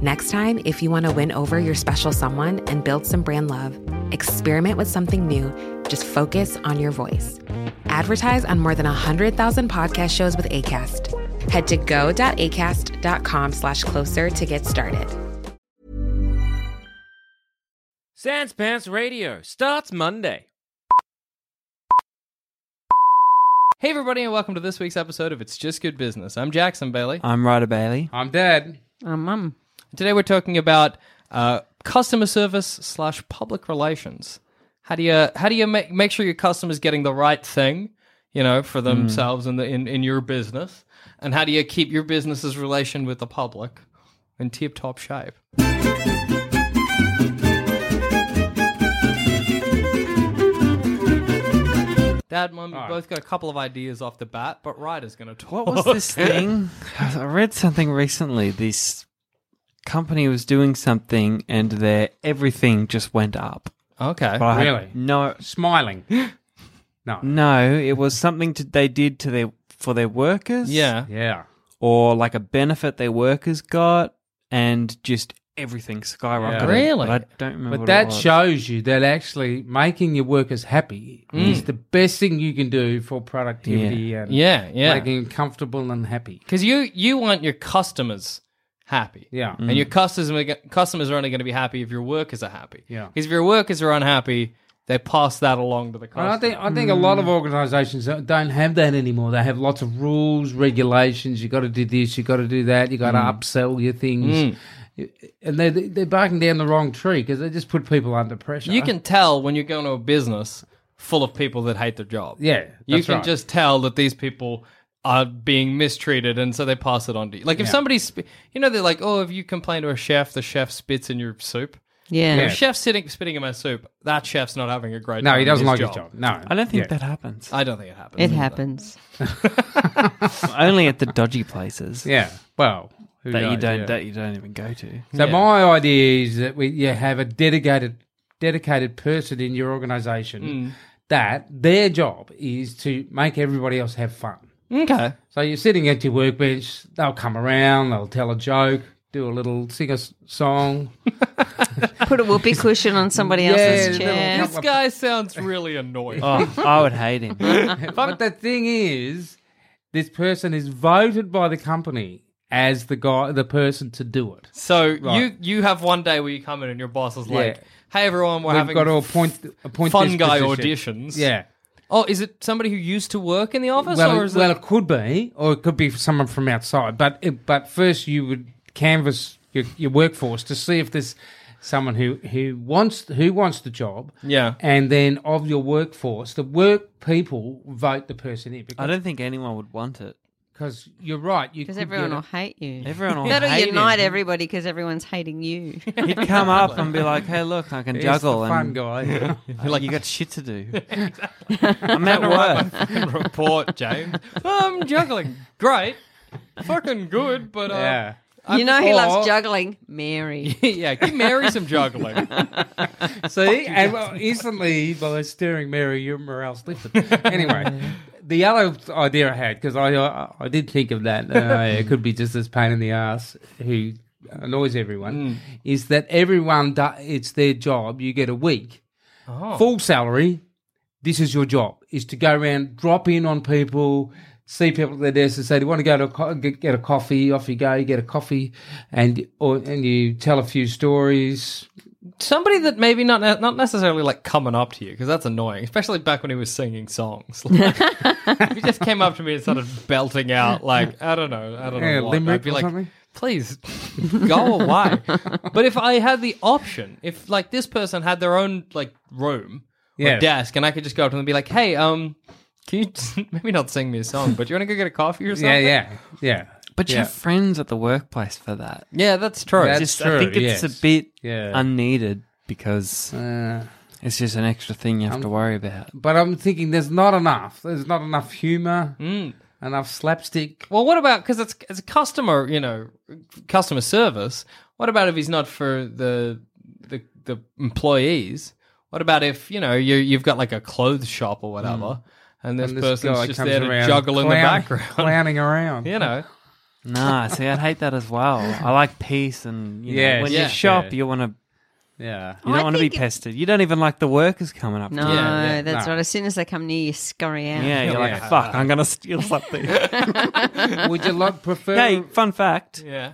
Next time, if you want to win over your special someone and build some brand love, experiment with something new. Just focus on your voice. Advertise on more than 100,000 podcast shows with ACAST. Head to go.acast.com slash closer to get started. Sans Pants Radio starts Monday. Hey, everybody, and welcome to this week's episode of It's Just Good Business. I'm Jackson Bailey. I'm Ryder Bailey. I'm dead. I'm Mum. Today, we're talking about uh, customer service slash public relations. How do you how do you make make sure your customers getting the right thing, you know, Hmm. for themselves and the, in in your business, and how do you keep your business's relation with the public in tip top shape? Dad, Mum, you both got a couple of ideas off the bat, but Ryder's going to talk. What was this thing? I read something recently. This company was doing something and their everything just went up. Okay. But I have Really? No, Smiling. No. no. It was something to, they did to their for their workers. Yeah. Yeah. Or like a benefit their workers got, and just everything skyrocketed. Yeah. Really? But I don't remember. But what it that was. shows you that actually making your workers happy is the best thing you can do for productivity and Mm. Yeah, yeah. making them comfortable and happy. Because you you want your customers happy. Yeah. And your customers are go- customers are only going to be happy if your workers are happy. Yeah. Because if your workers are unhappy, they pass that along to the customer. And I think I think a lot of organisations don't don't have that anymore. They have lots of rules, regulations. You got to do this. You got to do that. You got to Mm. upsell your things, and they they're barking down the wrong tree because they just put people under pressure. you can tell when you go into a business full of people that hate their job. yeah, You that's can right. just tell that these people are being mistreated, and so they pass it on to you. Like if somebody's, sp- you know, they're like, oh, if you complain to a chef, the chef spits in your soup. Yeah. If a chef's sitting spitting in my soup, that chef's not having a great. no, time he in doesn't like his job. his job. No, I don't think Yeah. that happens. I don't think it happens. It either. happens. Only at the dodgy places Yeah, well, who that you knows, don't yeah. that you don't even go to. So my idea is that we you have a dedicated dedicated person in your organisation Mm. that their job is to make everybody else have fun. Mm. Okay. So you're sitting at your workbench. They'll come around. They'll tell a joke. Do a little sing a s- song. Put a whoopee cushion on somebody Yeah, else's little chair. This guy sounds really annoying. Oh, I would hate him. but the thing is, this person is voted by the company as the guy, the person to do it. So you you have one day where you come in and your boss is like, Yeah. "Hey everyone, we're We've having got to appoint appoint fun this guy position. auditions." Yeah. Oh, is it somebody who used to work in the office, Well, or it, is well, it? it could be, or it could be someone from outside. But it, but first, you would canvass your, your workforce to see if there's someone who, who wants who wants the job. Yeah. and then of your workforce, the work people vote the person in I because, don't think anyone would want it. because you're right. You Because could everyone get will a- hate you. Everyone will That'll hate unite him. everybody because everyone's hating you. He'd come up and be like, "Hey, look, I can He's juggle." the fun and guy. like, "You got shit to do." I'm at work. report, James. I'm juggling. Great, fucking good, but uh, yeah, you know who Or- loves juggling? Mary. yeah, give Mary some juggling. see, and well, instantly by steering Mary, your morale's lifted. anyway. The other idea I had, because I, I I did think of that, uh, it could be just this pain in the ass who annoys everyone, is that everyone do, it's their job. You get a week, full salary. This is your job: is to go around, drop in on people, see people at their desk and say, "Do you want to go to a co- get, get a coffee?" Off you go, you get a coffee, and or and you tell a few stories. Somebody that maybe not ne- not necessarily like coming up to you because that's annoying, especially back when he was singing songs. Like, if he just came up to me and started belting out like I don't know, I don't Yeah, know, what, limerick I'd be or like, something? please go away. but if I had the option, if like this person had their own like room or Yeah. desk, and I could just go up to them and be like, hey, um. Can you t- maybe not sing me a song, but you want to go get a coffee or something? Yeah, yeah, yeah, But you Yeah. have friends at the workplace for that. yeah. That's true. That's- Just, true, I think yes. it's a bit yeah. unneeded because Uh, it's just an extra thing you have to worry about. but I'm thinking there's not enough. There's not enough humor, Mm. enough slapstick. Well, what about because it's it's customer, you know, customer service. What about if he's not for the the, the employees? What about if you know you you've got like a clothes shop or whatever, and this, Mm. And this guy person's just comes there to around juggle in the clown- background? clowning around. You know, Nah, see, I'd hate that as well. I like peace, and you know, Yes, when yeah. you shop, Yeah. you want to yeah. you don't I want to be think- pestered. You don't even like the workers coming up. No, to you. Yeah, yeah, that's no. right. As soon as they come near you, scurry out. yeah, you're like, Yeah. fuck, I'm gonna steal something. Would you like prefer? hey, fun fact: yeah.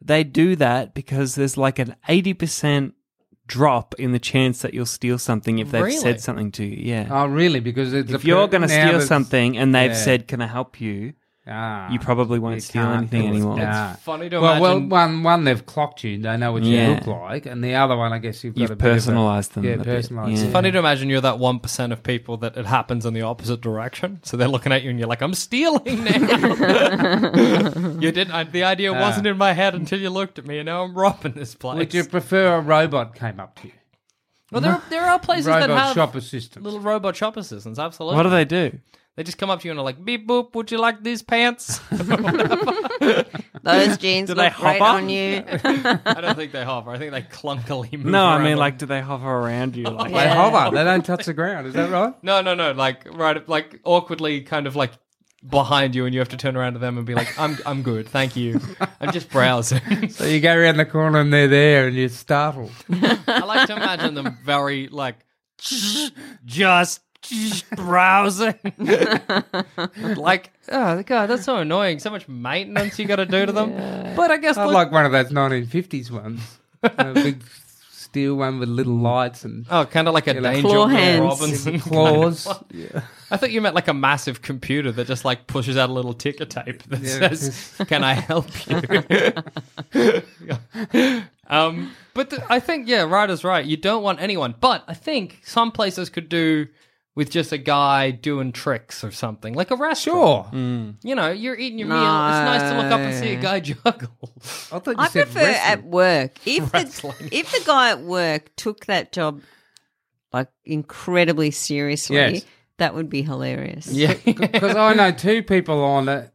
they do that because there's like an eighty percent drop in the chance that you'll steal something if they've Really? said something to you. Yeah. Oh, really? Because it's if a you're per- going to now steal that's- something and they've yeah. said, "Can I help you?" Ah. you probably won't You steal can't anything do it. anymore. Yeah. Funny to Well, well, imagine. one one they've clocked you. They know what you Yeah. look like, and the other one, I guess you've got You've a bit of a- personalised them. Yeah, a bit. personalised. Yeah. Funny to imagine you're that one percent of people that it happens in the opposite direction. So they're looking at you and you're like, "I'm stealing now." you didn't. I, the idea wasn't in my head until you looked at me, and now I'm robbing this place. Would you prefer a robot came up to you? Well, there are, there are places that robot have shop assistant. little robot shop assistants. Absolutely. What do they do? They just come up to you and are like, "Beep boop, would you like these pants?" Those jeans Do they look great hop up? on you. I don't think they hover. I think they clunkily move. No, I around. mean, like, do they hover around you? Like, They hover. They don't touch the ground. Is that right? no, no, no, like right, like awkwardly, kind of like behind you, and you have to turn around to them and be like, "I'm, I'm good, thank you. I'm just browsing." So you go around the corner and they're there, and you're startled. I like to imagine them very like just browsing. like, oh god, that's so annoying. So much maintenance you got to do to them. But I guess I look, like one of those 1950s ones, a big steel one with little lights and Oh, kind of like a Yeah, like danger claw Will hands. Robinson. claws. I thought you meant like a massive computer that just like pushes out a little ticker tape that Yeah. says, "Can I help you?" um, but th- I think yeah, Ryder's right. You don't want anyone, but I think some places could do with just a guy doing tricks or something, like a restaurant. Sure. You know, you're eating your meal. It's nice to look up and see a guy juggle. I thought you I said uh, prefer at work. If the Wrestling. if the guy at work took that job like incredibly seriously, Yes. that would be hilarious. because I know two people on uh,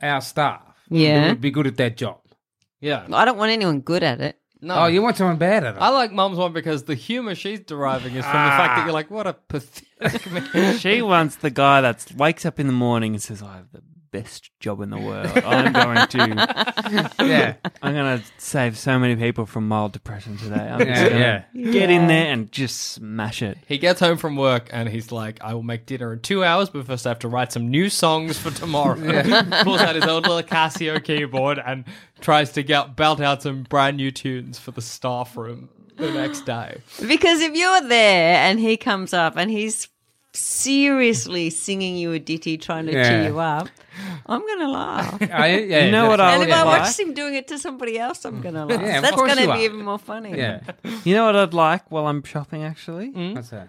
our staff. who Yeah. would be good at that job. yeah. I don't want anyone good at it. No. Oh, you want someone bad at it? I like Mum's one because the humor she's deriving is from the Ah. fact that you're like, what a pathetic man. She wants the guy that wakes up in the morning and says, "I have the best job in the world. I'm going to, yeah, I'm going to save so many people from mild depression today. I'm just yeah, going yeah. to get in there and just smash it." He gets home from work and he's like, I will make dinner in two hours, but first I have to write some new songs for tomorrow. Pulls out his old little Casio keyboard and tries to get, belt out some brand new tunes for the staff room the next day. Because if you're there and he comes up and he's seriously singing you a ditty trying to Yeah. cheer you up, I'm gonna laugh. I, yeah You know what that's- I and would if I like? watch him doing it to somebody else, I'm gonna laugh. Yeah, of That's course you gonna are. be even more funny. Yeah, You know what I'd like while I'm shopping? Actually, that's it.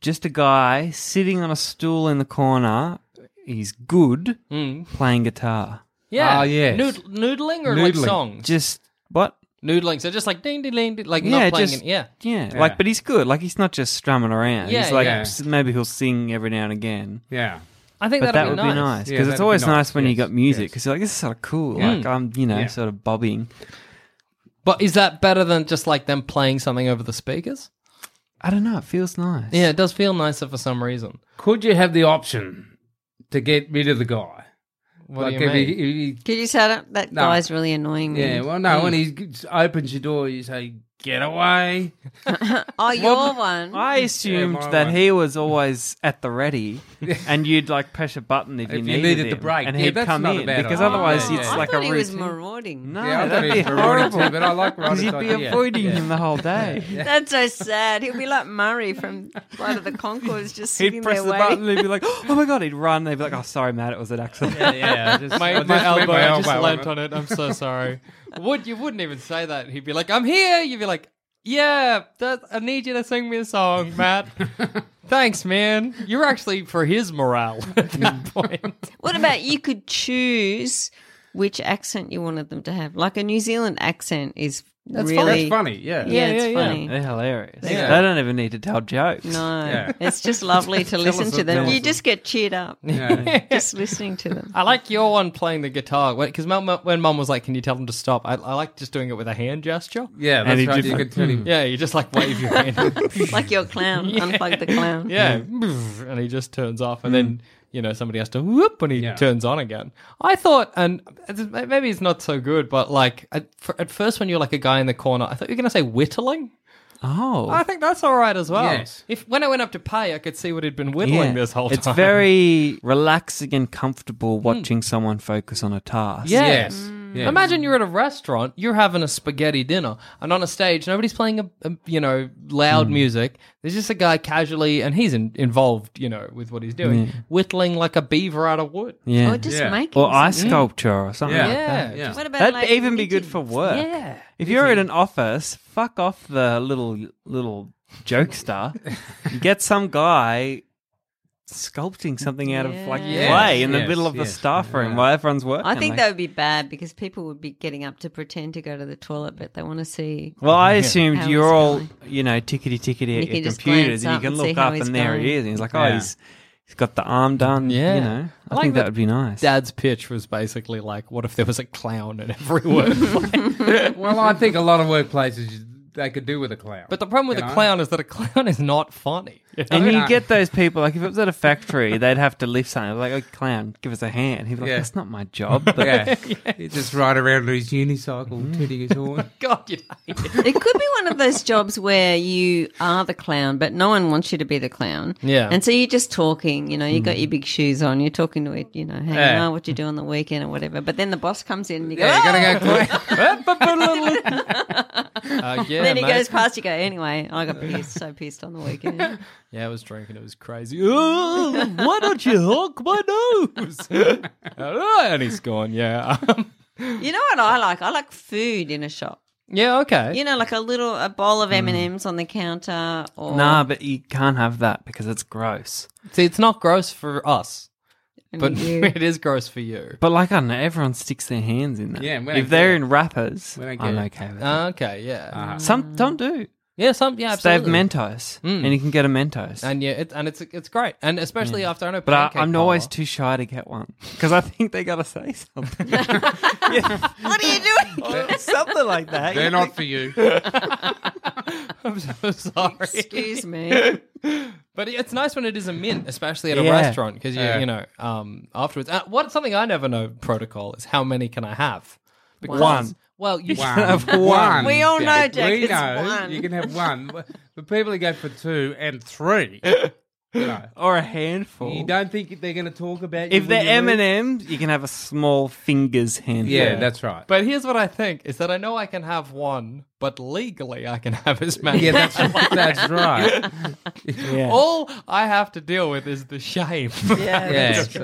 just a guy sitting on a stool in the corner. He's good playing guitar. Yeah. Ah, yes. Nood- noodling or like Noodling. songs? Just what? noodling. So just like ding, ding, ding, ding like Yeah, not playing just- it. Yeah. Yeah, Yeah. like, but he's good. Like, he's not just strumming around. Yeah, he's like, yeah. s- maybe he'll sing every now and again. Yeah, I think But that that'd would be nice Yeah, because that'd it's be always nice. nice when you Yes, got music yes. because you're like, this is sort of cool. Yeah. Like, I'm, you know, Yeah. sort of bobbing. But is that better than just like them playing something over the speakers? I don't know. It feels nice. Yeah, it does feel nicer for some reason. could you have the option to get rid of the guy? What like do you if mean? He, if he, Could you say that? That No. guy's really annoying me. yeah, well, no, when he opens your door, you say, get away. Oh, your one. I assumed my that one. he was always at the ready, and you'd like press a button if you, If you needed, needed him, the break. and Yeah, he'd that's come not a in bad because idea. otherwise Yeah, it's yeah. I like a thought he routine. was marauding. no, Yeah, I thought that'd he be was horrible. horrible. Too, but I like Ron's Because you'd be idea. avoiding him the whole day. That's so sad. He'll be like Murray from Flight of the Concords, just He'd sitting press there the waiting. button. He'd be like, "Oh my god!" He'd run. They'd be like, "Oh, sorry, Matt, it was an accident." yeah, just, I My, just Oh, my went elbow, I just elbow leant on on it. I'm so sorry. Would you wouldn't even say that? He'd be like, "I'm here." You'd be like, "Yeah, that, I need you to sing me a song, Matt." Thanks, man. You're actually for his morale at that point. What about you could choose which accent you wanted them to have? Like a New Zealand accent is That's it. really That's funny. Yeah. Yeah, Yeah, it's yeah, yeah. funny. They're hilarious. Yeah. They don't even need to tell jokes. No, Yeah. it's just lovely to listen us to a- them. tell You us a- just get cheered up Yeah. just listening to them. I like your one playing the guitar because when mum was like, "Can you tell them to stop?" I, I like just doing it with a hand gesture. Yeah, that's Any right. You different- can turn him. Yeah, you just like wave your hand. Like your clown, unplug the clown. Yeah, and he just turns off, and then you know somebody has to whoop when he Yeah. turns on again. I thought, and maybe it's not so good, but like at, for, at first when you're like a guy in the corner, I thought you were going to say whittling. I Oh, think that's all right as well. Yes. If when I went up to pay, I could see what he'd been whittling yeah. this whole time. It's very relaxing and comfortable Hmm. watching someone focus on a task. yeah. Yes. Yeah. Imagine you're at a restaurant, you're having a spaghetti dinner, and on a stage, nobody's playing a, a you know loud music. There's just a guy casually, and he's in, involved, you know, with what he's doing, whittling like a beaver out of wood. Yeah. Or just Yeah. make or ice sculpture or something Yeah. like Yeah. that. Yeah. What about That'd like even be good knitting? for work. Yeah. If you're in an office, fuck off the little little jokester. Get some guy sculpting something out of like Yeah. clay in the Yes, middle of the yes, staff room yeah. while everyone's working. I think like- that would be bad because people would be getting up to pretend to go to the toilet, but they want to see. Well, I assumed How you're he's all, going. you know, tickety tickety You at can your just glance computers, and up you and can see look how up, he's and there he going. is. And he's like, oh, Yeah. he's he's got the arm done. Yeah. you know, I I, like think that that would be nice. Dad's pitch was basically like, "What if there was a clown in every word?" Well, I think a lot of workplaces they could do with a clown. but the problem with You a know? clown is that a clown is not funny. and mean, you I- get those people like if it was at a factory, they'd have to lift something like, "Oh, clown, give us a hand." He'd be like, Yeah. "That's not my job." But yeah, He'd just ride around on his unicycle, tooting his horn. God, you hate it. It could be one of those jobs where you are the clown, but no one wants you to be the clown. Yeah. And so you're just talking, you know, you got your big shoes on, you're talking to it, you know, hanging Yeah. out, what you do on the weekend or whatever. But then the boss comes in and you go, Yeah, you "Ah!" gotta go clown. Uh, yeah, "Oh," then he mate. goes past, you go, anyway, I got pissed, so pissed on the weekend. Yeah, I was drinking. It was crazy. Oh, why don't you honk my nose? and he's gone. Yeah. Um, You know what I like? I like food in a shop. yeah. Okay. You know, like a little a bowl Mm. of M and M's on the counter, or nah, but you can't have that because it's gross. See, it's not gross for us, And but you- it is gross for you. But like I don't know, everyone sticks their hands in that. Yeah, and we if don't they're care. in wrappers, We don't I'm care. okay with it. Okay. Yeah. um, Some don't do. Yeah. Some. Yeah. They have Absolutely. Mentos, Mm. and you can get a Mentos. And yeah, it, and it's it's great, and especially after I know. Mm. But I, Pancake I'm always Parlor- too shy to get one because I think they gotta say something, what are you doing? something like that. They're not for you. I'm so sorry. Excuse me. But it's nice when it is a mint, especially at a Yeah. restaurant, because you Yeah. you know um, afterwards. Uh, what something I never know protocol is how many can I have? Because, One. Well, you One. have one. We all know, Jack. Jack, We it's know one. you can have one. But people who go for two and three, you know, or a handful. you don't think they're going to talk about you if they're when M you and leave? M's, you can have a small fingers handful. Yeah, that's right. But here's what I think is that I know I can have one, but legally I can have as many. yeah, that's that's right. yeah. All I have to deal with is the shame. Yeah, Yeah, that's so-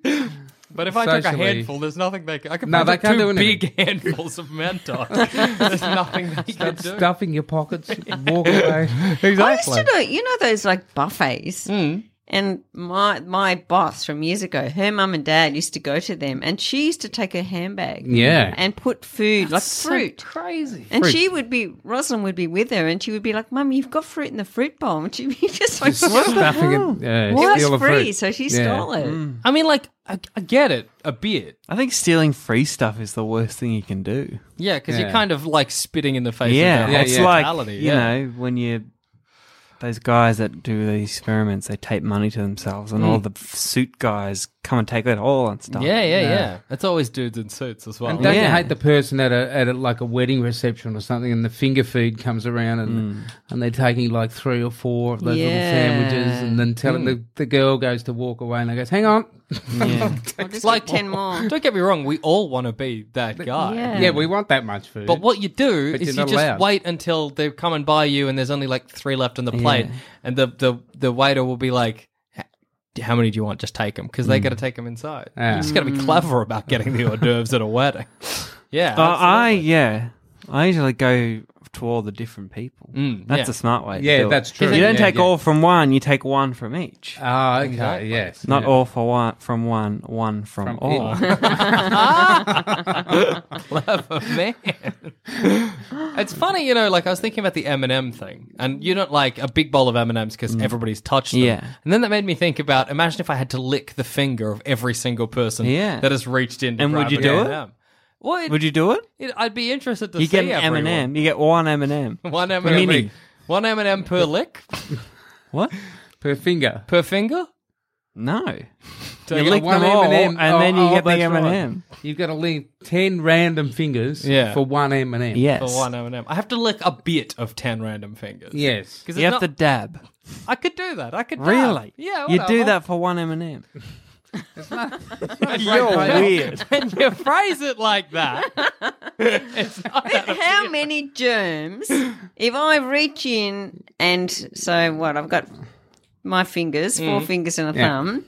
true. But if I took a Socially- handful, there's nothing they can. I can No, no, they can't two do anything. big handfuls of Mentos. there's nothing they Stop can do. stuffing your pockets, walk away. I used to know, you know, those like buffets. Hmm. And my my boss from years ago, her mum and dad used to go to them, and she used to take her handbag, Yeah. and put food like fruit. crazy. And she would be, Rosalind would be with her, and she would be like, "Mum, you've got fruit in the fruit bowl." And she'd be just like, stuffing it. Yeah, "It steal was the free," fruit. so she Yeah. stole it. I mean, like, I, I get it a bit. I think stealing free stuff is the worst thing you can do. Yeah, because you're Yeah. kind of like spitting in the face. Yeah, of their it's yeah. like hospitality, you yeah. know when you Hmm. those guys that do the experiments, they tape money to themselves, and all the f- suit guys come and take it all and stuff. Yeah, yeah, yeah. It's always dudes in suits as well. And don't you Yeah. hate the person at a at a, like a wedding reception or something, and the finger food comes around, and and they're taking like three or four of those little Yeah. sandwiches, and then telling the, the girl goes to walk away, and they goes, "Hang on, I'll just like- like ten more. Don't get me wrong, we all want to be that guy. Yeah. yeah, we want that much food." But what you do But is you you're not just allowed. wait until they come and buy you, and there's only like three left on the plate, and the, the the waiter will be like, "H- "How many do you want? Just take them," Mm. because they got to take them inside. Yeah. You just got to be clever about getting the hors d'oeuvres at a wedding. Yeah, Uh, I absolutely. yeah. I usually go to all the different people. Mm, that's yeah. a smart way. to Hmm, Yeah, do it. that's true. You don't Yeah, take yeah. all from one. You take one from each. Ah, okay, Exactly. yes, Not yeah. all for one from one, one from, From all. clever man. it's funny, you know. Like I was thinking about the M and M thing, and you don't like a big bowl of M and M's because everybody's touched them. Mm. Yeah. and then that made me think about: imagine if I had to lick the finger of every single person Yeah. that has reached in. to And would grab you an do it? M&M. Well, it, Would you do it? it, I'd be interested to You see get an M everyone. and M. You get one M and M. One M and M. Mini. One M and M per lick What? per finger. per finger. No. You You get lick one them all, M&M. and Oh, then you oh, get the that's M and right. M. You've got to leave ten random fingers Yeah. for one M and M. Yes. For one M and M, I have to lick a bit of ten random fingers. Yes. because You have to dab. I could do that. I could dab. Really? Yeah, You whatever. do that for one M and M. Right, Weird. when you phrase it like that, it's not that How many germs? If I reach in and so what? I've got my fingers, four fingers and a Mm. Yeah. thumb.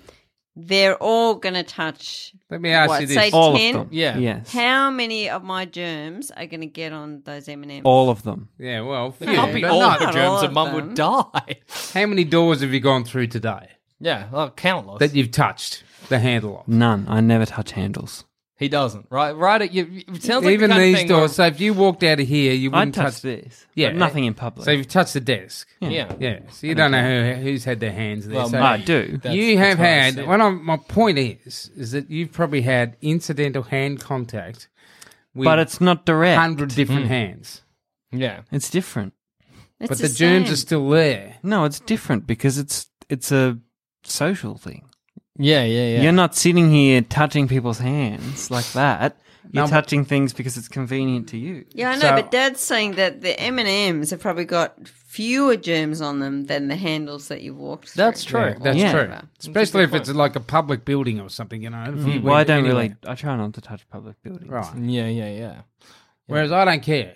They're all going to touch. Let me ask what, you say this. All of ten? them. Yeah. Yes. How many of my germs are going to get on those M and M's? All of them. Yeah, well, few, Can't be but all not- the not germs, all and of mum would them. die. How many doors have you gone through today Yeah, well, countless. that you've touched the handle of? None. I never touch handles. he doesn't. Right, right. It, you, it sounds like Even the kind of these thing doors. So if you walked out of here, you I wouldn't touch, touch. this. Yeah. but nothing in public. so you've touched the desk. Where, yeah, Yeah, so you don't know who, who's had their hands there. Well, so I do. That's- you that's have what I had. said. Well, I'm, my point is, is that you've probably had incidental hand contact with But it's not direct. hundred different Hmm. hands, yeah. It's different. It's but the germs same. are still there. No, it's different because it's it's a social thing. Yeah, yeah, yeah. You're not sitting here touching people's hands like that. No, You're but- touching things because it's convenient to you. Yeah, I know, So- but Dad's saying that the M and M's have probably got fewer germs on them than the handles that you walked. Through. That's true. Yeah, that's Yeah. true. Especially if it's like a public building or something, you know. if Hmm. you Well, I went don't anywhere. really. I try not to touch public buildings. Right. yeah, yeah, yeah. Whereas I don't care.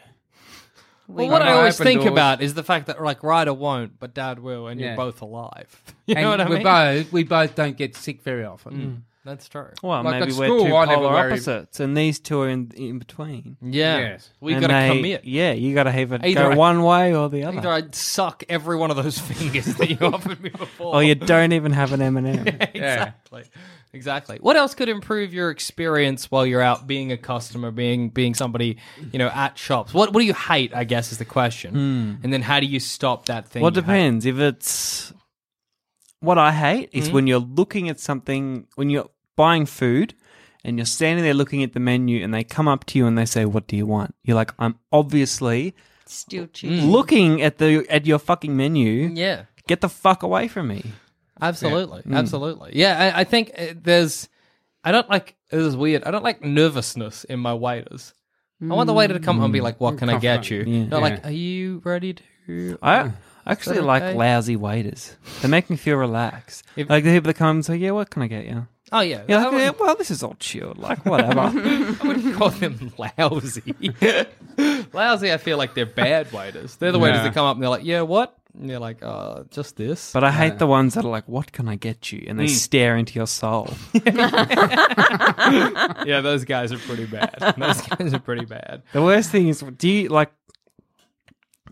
Well, what But I I always open think doors. about is the fact that like Ryder won't, but Dad will, and you're Yeah. both alive. You and know what I we mean? Hmm. both we both don't get sick very often. That's true. Well, Like maybe at we're school, two I never polar worry. opposites, and these two are in in between. Yeah, Yes. we And got to they- commit. Yeah, you got to have it Either go I- one way or the other. Either I'd suck every one of those fingers that you offered me before. or you don't even have an M and M. exactly. Exactly. What else could improve your experience while you're out being a customer, being being somebody, you know, at shops? What what do you hate, I guess is the question. And then how do you stop that thing? Hmm. Well, it you hate? depends. If it's what I hate is when you're looking at something when you're buying food and you're standing there looking at the menu and they come up to you and they say, "What do you want?" You're like, "I'm obviously still cheating. looking at the at your fucking menu. Yeah. Get the fuck away from me." Absolutely. Hmm. Absolutely. Yeah, I, I think uh, there's I don't like this is weird. I don't like nervousness in my waiters. I want the waiter to come and be Hmm. like, "What can I get you?" Not like, "Are you ready to?" Mm. I actually that like okay? lousy waiters. They make me feel relaxed. If- like the people that come and say, "Yeah, what can I get you?" Oh yeah, You're I like, wouldn't- "Yeah, well, this is all chilled. Like whatever." I wouldn't call them lousy. lousy, I feel like they're bad waiters. They're the waiters Yeah. that come up and they're like, yeah, what? And you're like, oh, just this. but I hate the ones that are like, "What can I get you?" Mm. and they stare into your soul. yeah, those guys are pretty bad. Those guys are pretty bad. The worst thing is, do you like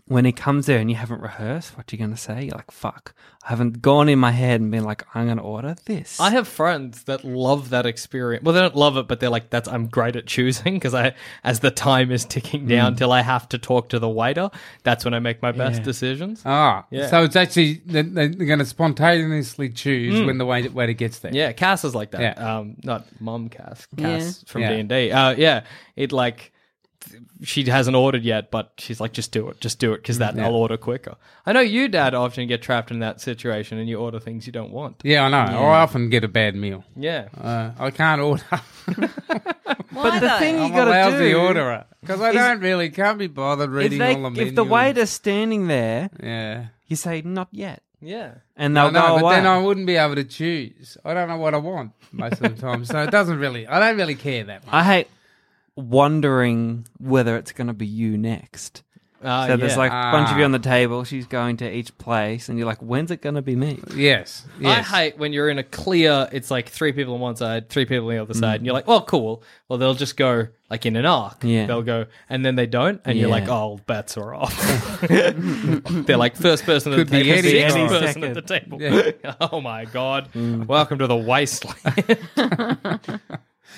when he comes there and you haven't rehearsed? What you going to say? You're like, fuck. I haven't gone in my head and been like, I'm going to order this. I have friends that love that experience. Well, they don't love it, but they're like, that's I'm great at choosing because I, as the time is ticking down till I have to talk to the waiter, that's when I make my best decisions. Ah, Yeah. so it's actually they- they're going to spontaneously choose when the waiter, waiter gets there. Yeah, Cass is like that. Yeah. Um, not mum Cass. Cass from D Yeah. and D. Uh, yeah, it like she hasn't ordered yet, but she's like, just do it, just do it, because that I'll order quicker. I know you, Dad, often get trapped in that situation and you order things you don't want. Yeah, I know. Or I often get a bad meal. Yeah, Uh, I can't order. Why the though? thing you I'm a got to lousy do orderer because I is- don't really can't be bothered if, reading they, all the menus. if the waiter's standing there, yeah. you say not yet, yeah. and they'll I know, go but away. then I wouldn't be able to choose. I don't know what I want most of the time, so it doesn't really. I don't really care that much. I hate wondering whether it's going to be you next. Uh, So there's yeah. like a bunch of you Ah. on the table. She's going to each place, and you're like, "When's it going to be me?" Yes, yes. I hate when you're in a clear, it's like three people on one side, three people on the other side, and you're like, well, cool. Well, they'll just go like in an arc. Yeah. They'll go, and then they don't, and you're Yeah. like, oh, bets are off. They're like, first person at Could the be table, any sixth second. person at the table. oh my God. Welcome to the wasteland.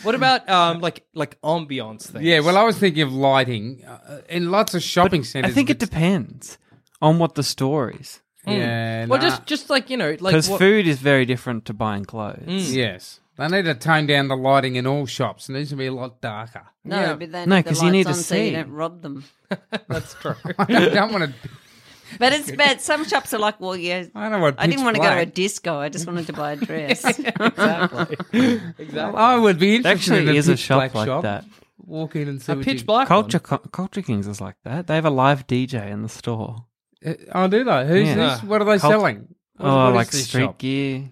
what about um like like ambiance things? Yeah, well, I was thinking of lighting uh, in lots of shopping I centers. think it but- depends on what the store is, Yeah, well, nah. just just like you know, like because what- food is very different to buying Mm. clothes. yes, they need to tone down the lighting in all shops. It needs to be a lot darker. No, Yeah. but then No, the 'cause you need lights to on so you see. don't rob them. that's true. I don't want to. But it's bad. Some shops are like, well, yeah. I don't want. I didn't pitch want to go to a black. disco. I just wanted to buy a dress. exactly. Exactly. I would be There interested in actually is a pitch shop black like shop. that. Walk in and see A what pitch you- black Culture culture. Co- Culture Kings is like that. They have a live DJ in the store. Uh, Oh, do they? Who's Yeah. who's- What are they Cult- selling? What- oh, what is like this street shop? gear,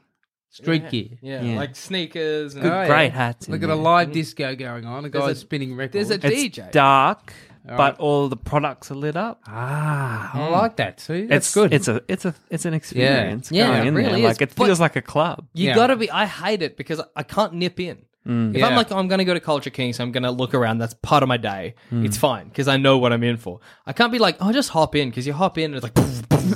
Street gear. Yeah, Yeah. like sneakers. And Good Oh, yeah. great hats. in Look at there. a live disco going on. A There's guy's a- spinning records. there's a It's DJ. dark, All but right. all the products are lit up. ah, I like that. See, that's it's good. It's a it's a it's an experience. Yeah, going it in really there. is. Like it But- feels like a club. You Yeah. gotta be. I hate it because I can't nip in. If I'm Yeah. like, oh, I'm gonna go to Culture Kings, I'm gonna look around. That's part of my day. It's fine because I know what I'm in for. I can't be like, oh, just hop in because you hop in and it's like,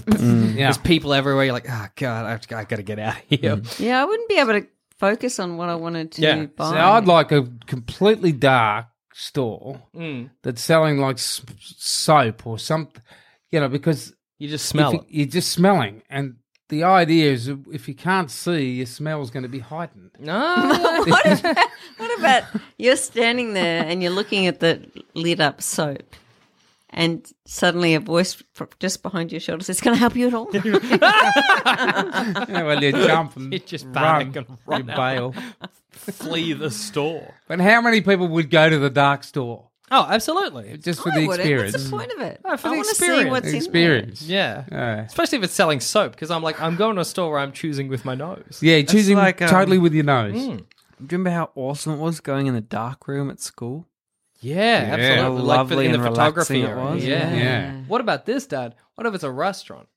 yeah. there's people everywhere. You're like, oh god, I, I gotta get out of here. yeah, I wouldn't be able to focus on what I wanted to Yeah. buy. So I'd like a completely dark store Mm. that's selling like s- soap or something, you know, because You just smell if it. you- you're just smelling. And the idea is if you can't see, your smell's going to be heightened. No, what, about, what about you're standing there and you're looking at the lit up soap, and suddenly a voice fr- just behind your shoulder says, "Can I help you at all?" Yeah, well, you jump and You just run, panic and run you out. bail. flee the store. But how many people would go to the dark store Oh, absolutely. just for I the wouldn't. What's experience? the point of it? No, for I the want to see experience. what's Experience. Yeah. Yeah. Especially if it's selling soap, because I'm like, I'm going to a store where I'm choosing with my nose. Yeah, choosing like, um, totally with your nose. Do you remember how awesome it was going in the dark room at school? Yeah, absolutely. How lovely like for, in and the photography relaxing it area. was. Yeah. Yeah. Mm. What about this, Dad? What if it's a restaurant?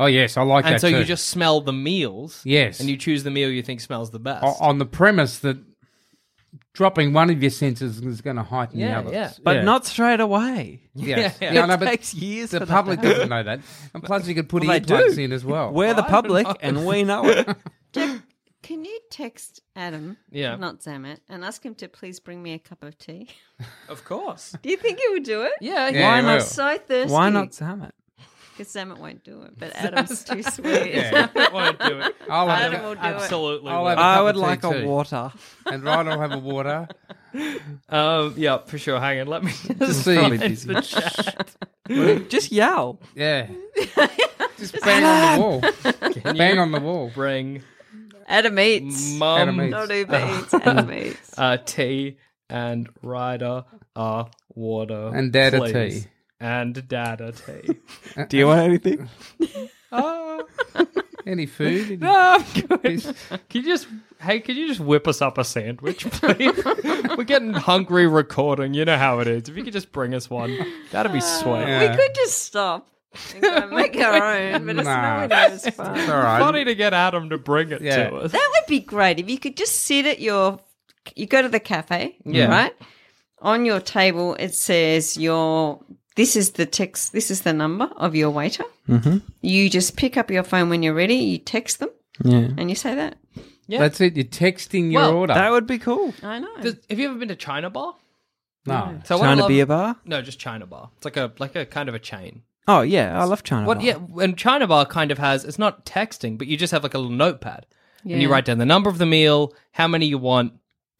Oh yes, I like and that. so too. you just smell the meals. Yes. And you choose the meal you think smells the best. O- on the premise that dropping one of your senses is going to heighten Yeah, the others. yeah. But not straight away. Yes. Yeah, Yeah, yeah. no, it but takes years the for public that to doesn't know that, and plus you could put Well, they earplugs do. in as well. We're the public, and we know it. Can you text Adam? Yeah. Not Zamet, and ask him to please bring me a cup of tea. Of course. Do you think he would do it? Yeah. Yeah, why you not? will. I'm so thirsty. Why not Sam it? Because Zamet won't do it, but Adam's too sweet. Yeah. That won't do it. I'll have, Adam will do it. Absolutely. I'll will. have- I cup would of tea like a too. water. and Ryan will have a water. Um, yeah, for sure. Hang on. Let me just See. find Probably busy. the chat. Just yell. Yeah, just bang on the wall, bang on the wall. Bring Adam eats. Adam mum eats. not Uber Eats. Adam eats. uh, tea and rider uh, water. And Dad a please. tea. And dad a tea. Do you want anything? Oh, Ah. Any food? Any No, I'm good. piece? Can you just hey, could you just whip us up a sandwich, please? We're getting hungry recording. You know how it is. If you could just bring us one, that'd be sweet. Yeah. We could just stop and go and make our own, but it's Nah. not as fun. It's all right. Funny to get Adam to bring it Yeah. to us. That would be great if you could just sit at your. You go to the cafe, Yeah. right? On your table, it says your. This is the text. This is the number of your waiter. Mm-hmm. You just pick up your phone when you're ready. You text them, Yeah. and you say that. That's it. You're texting your Well, order. That would be cool. I know. Does- Have you ever been to China Bar? no. So what I China love- beer bar. No, just China Bar. It's like a like a kind of a chain. Oh yeah, I love China. What? bar. Yeah, and China Bar kind of has. It's not texting, but you just have like a little notepad, and you Yeah. write down the number of the meal, how many you want,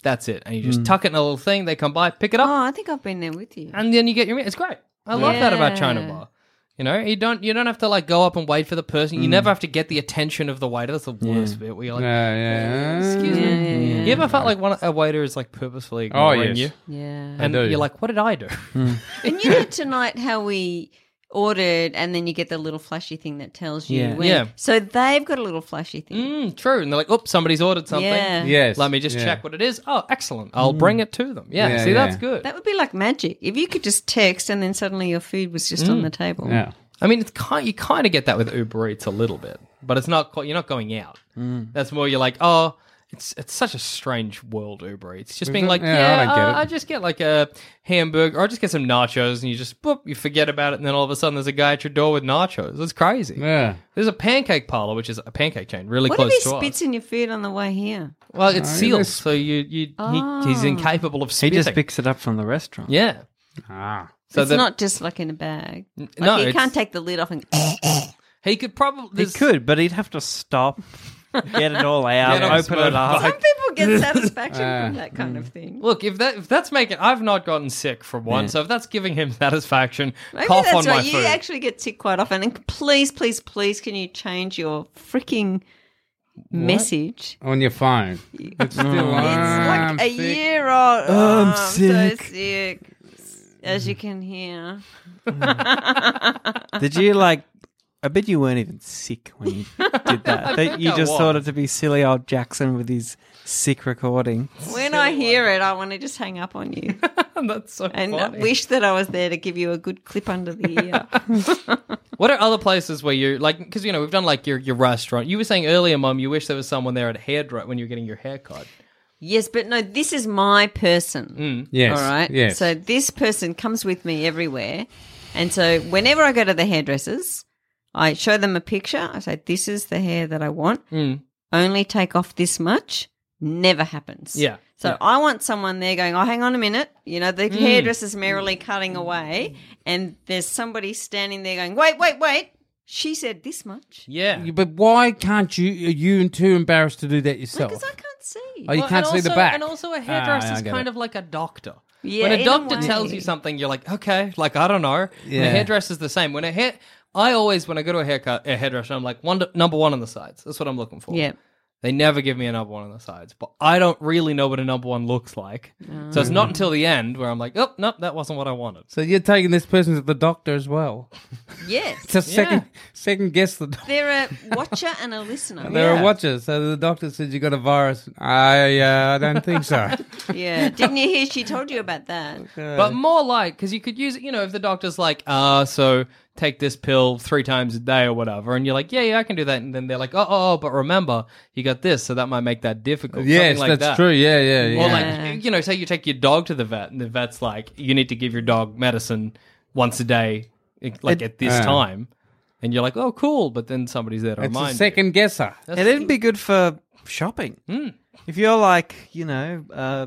That's it. And you just tuck it in a little thing. They come by, pick it up, Oh, I think I've been there with you. and then you get your meal. It's great. I love that about China Yeah. Bar. You know, you don't you don't have to like go up and wait for the person. Mm. You never have to get the attention of the waiter. That's the worst bit. Where you're like, yeah. excuse Yeah, me. yeah, You ever felt like one a waiter is like purposefully Oh, ignoring yes. you, Yeah. and do. Hmm. you're like, what did I do? And you know tonight how we ordered and then you get the little flashy thing that tells you Yeah. when. Yeah. So they've got a little flashy thing. mm, true. And they're like, oops, somebody's ordered something. Yeah. Yes. Let me just yeah. Hmm. check what it is. Oh, excellent. I'll bring it to them. Yeah. Yeah, see, that's yeah. good. That would be like magic. If you could just text and then suddenly your food was just Mm. on the table. Yeah. I mean, it's kind you kind of get that with Uber Eats a little bit, but it's not quite, you're not going out. Mm. That's more you're like, oh, it's it's such a strange world Uber Eats. Just being it? like, Yeah, I yeah, don't get uh, it." I, just get like a hamburger, or I just get some nachos, and you just boop, you forget about it, and then all of a sudden there's a guy at your door with nachos. It's crazy. Yeah. There's a pancake parlor, which is a pancake chain, really What if close he to us. spits in your food on the way here? well, it's sealed, there's- so you you he, Ah. he's incapable of He spitting. just picks it up from the restaurant. yeah. Ah. So it's the- not just like in a bag. Like no, you it's- can't take the lid off and He could probably He there's- could, but he'd have to stop, get it all out, Get on open it up. Some people get satisfaction from Ah. that kind Mm. of thing. Look, if that if that's making, I've not gotten sick for one. So if that's giving him satisfaction, Maybe cough that's on right. my you food. actually get sick quite often. And please, please, please, can you change your freaking message? On your phone. It's still on. Like a year old. Oh, I'm so sick. sick. As you can hear. Did you like? I bet you weren't even sick when you did that. that you I just was. thought it to be silly old Jackson with his sick recording. When I hear it, I want to just hang up on you that's so and funny. wish that I was there to give you a good clip under the ear. what are other places where you like? Because you know we've done like your your restaurant. You were saying earlier, Mum, you wish there was someone there at hair dry when you were getting your hair cut. yes, but no, this is my person. Yes. All right. Yes. So this person comes with me everywhere. And so whenever I go to the hairdressers, I show them a picture. I say, this is the hair that I want. Mm. Only take off this much. Never happens. Yeah. So I want someone there going, oh, hang on a minute. You know, Mm. the hairdresser's merrily cutting away. And there's somebody standing there going, wait, wait, wait. She said this much. Yeah, You- But why can't you? Are you too embarrassed to do that yourself? Because I can't see. Oh, you Well, can't and see also, the back. And also, a Ah, hairdresser I is get kind it. of like a doctor. Yeah, when in a a doctor way. tells you something, you're like, okay, like I don't know. And a Yeah. hairdresser's the same. When a hair, I always when I go to a haircut, a hairdresser, I'm like one number one on the sides. That's what I'm looking for. Yeah. They never give me a number one on the sides, but I don't really know what a number one looks like. So it's Mm. not until the end where I'm like, oh, nope, that wasn't what I wanted. So you're taking this person to the doctor as well Yes. to second second guess the doctor. They're a watcher and a listener. They're a watcher. So the doctor says you got a virus. I uh, I don't think so. Yeah. Didn't you hear she told you about that? But more like, because you could use it, you know, if the doctor's like, ah, so take this pill three times a day or whatever, and you're like, yeah, yeah, I can do that. And then they're like, oh, oh, oh, but remember, you got this, so that might make that difficult. yes, Something like that's that. true. Yeah, yeah, yeah. Or like, you know, say you take your dog to the vet, and the vet's like, you need to give your dog medicine once a day, like at this Yeah. time. And you're like, oh, cool. But then somebody's there to it's remind a you. second guesser. And it'd be good for shopping. Hmm. If you're like, you know, uh,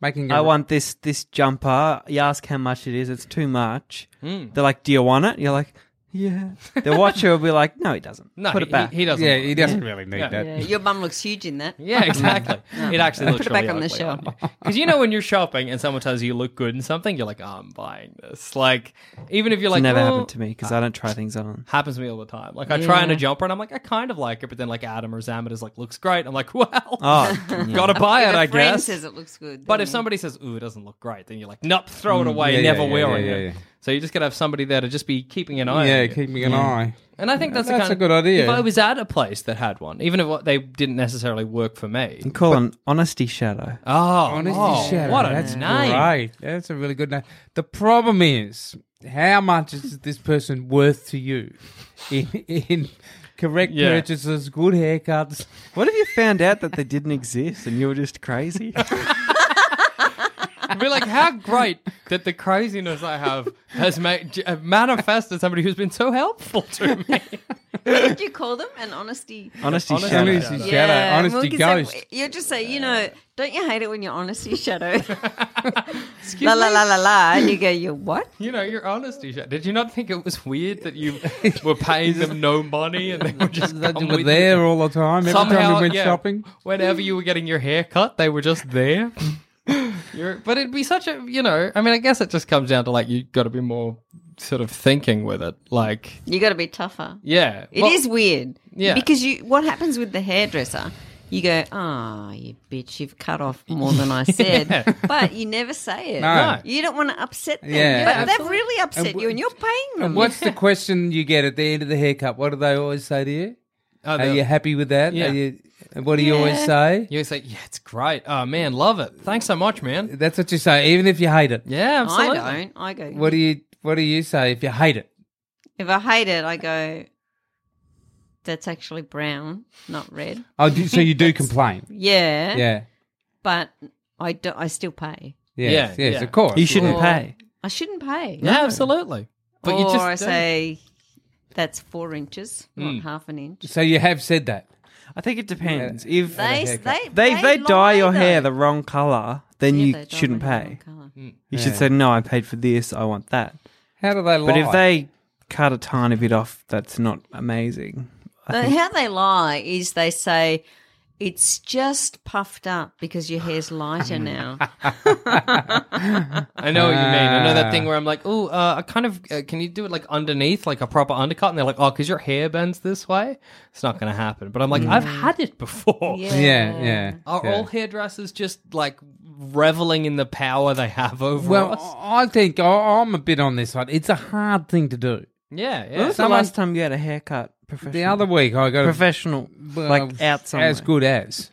Making a I want this this jumper. You ask how much it is. It's too much. Hmm. They're like, "Do you want it?" You're like, "Yeah." The watcher will be like, "No, he doesn't. No, Put he, it back." He, he doesn't. Yeah, want he it. doesn't really need Yeah. that. Yeah, your bum looks huge in that. Yeah, exactly. It actually looks Put it back really on the ugly, shelf. Because you know when you're shopping and someone tells you you look good in something, you're like, oh, I'm buying this. Like, even if you're like, Never well, happened to me because I don't try things on. Happens to me all the time. Like I try on a jumper and I'm like, I kind of like it, but then like Adam or Zamet is like, looks great. I'm like, well, Oh, gotta buy it, Your I friend guess. says it looks good. But doesn't if it? somebody says, "Ooh, it doesn't look great," then you're like, "Nope, throw it away, yeah, yeah, never yeah, wearing yeah, it." yeah. So you just gotta have somebody there to just be keeping an eye. Yeah, on you. keeping an eye. and I think that's, That's the a kind good idea. If I was at a place that had one, even if they didn't necessarily work for me, you call an honesty shadow. Oh, Honesty oh, Shadow. What a That's name! Right. That's a really good name. The problem is, how much is this person worth to you in, in correct Yeah. purchases, good haircuts? What if you found out that they didn't exist and you were just crazy? I'd be like, how great that the uh, craziness I have has ma- j- manifested somebody who's been so helpful to me. What did you call them? An honesty. Honesty, Honesty shadow. shadow. Honesty shadow. Honesty Well, 'cause ghost. that- you just say, you know, don't you hate it when your honesty shadow? la la la la la. You go, you what? You know, your honesty. Jack. Did you not think it was weird that you were paying them no money and they were just They come were with there you? all the time. Every time Somehow, we went yeah, shopping. Whenever you were getting your hair cut, they were just there. You're, but it'd be such a, you know, I mean, I guess it just comes down to like you got to be more sort of thinking with it. Like, You got to be tougher. yeah, It is well, weird. Yeah. Because you, what happens with the hairdresser? You go, ah, you bitch, you've cut off more than I said. Yeah. But you never say it. No. You don't want to upset them. Yeah. But Yeah, they've really upset And wh- you and you're paying them. And what's the question you get at the end of the haircut? What do they always say to you? Oh, Are the- you happy with that? Yeah. Are you, and what do you always Yeah. say? You say, yeah, it's great. Oh man, love it. Thanks so much, man. That's what you say, even if you hate it. Yeah, I absolutely. don't. I go, What do you What do you say if you hate it? if I hate it, I go, that's actually brown, not red. Oh, do- so you do complain? Yeah. Yeah. But I, do, I still pay. Yes, Yeah, yes, yeah. of course. You shouldn't Or- pay. I shouldn't pay. Yeah, absolutely. But or you just I don't. say, that's four inches, not half an inch. So you have said that. I think it depends. If They, they, they, they, they dye lie, your hair though. the wrong color, then Yeah, you they dye shouldn't my hair the pay. wrong colour. You should say, "No, I paid for this. I want that." How do they lie? But if they cut a tiny bit off, that's not amazing. But how they lie is they say it's just puffed up because your hair's lighter now. I know what you mean. I know that Ah. thing where I'm like, oh, uh, I kind of, uh, can you do it like underneath, like a proper undercut? And they're like, oh, because your hair bends this way, it's not going to happen. But I'm like, I've had it before. Mm. Yeah. yeah, yeah. Are yeah. all hairdressers just like reveling in the power they have over Well, us? I I think I- I'm a bit on this side. It's a hard thing to do. Yeah, yeah. When was the someone- last time you had a haircut? Professional. The other week I got a, professional, like out somewhere. as good as.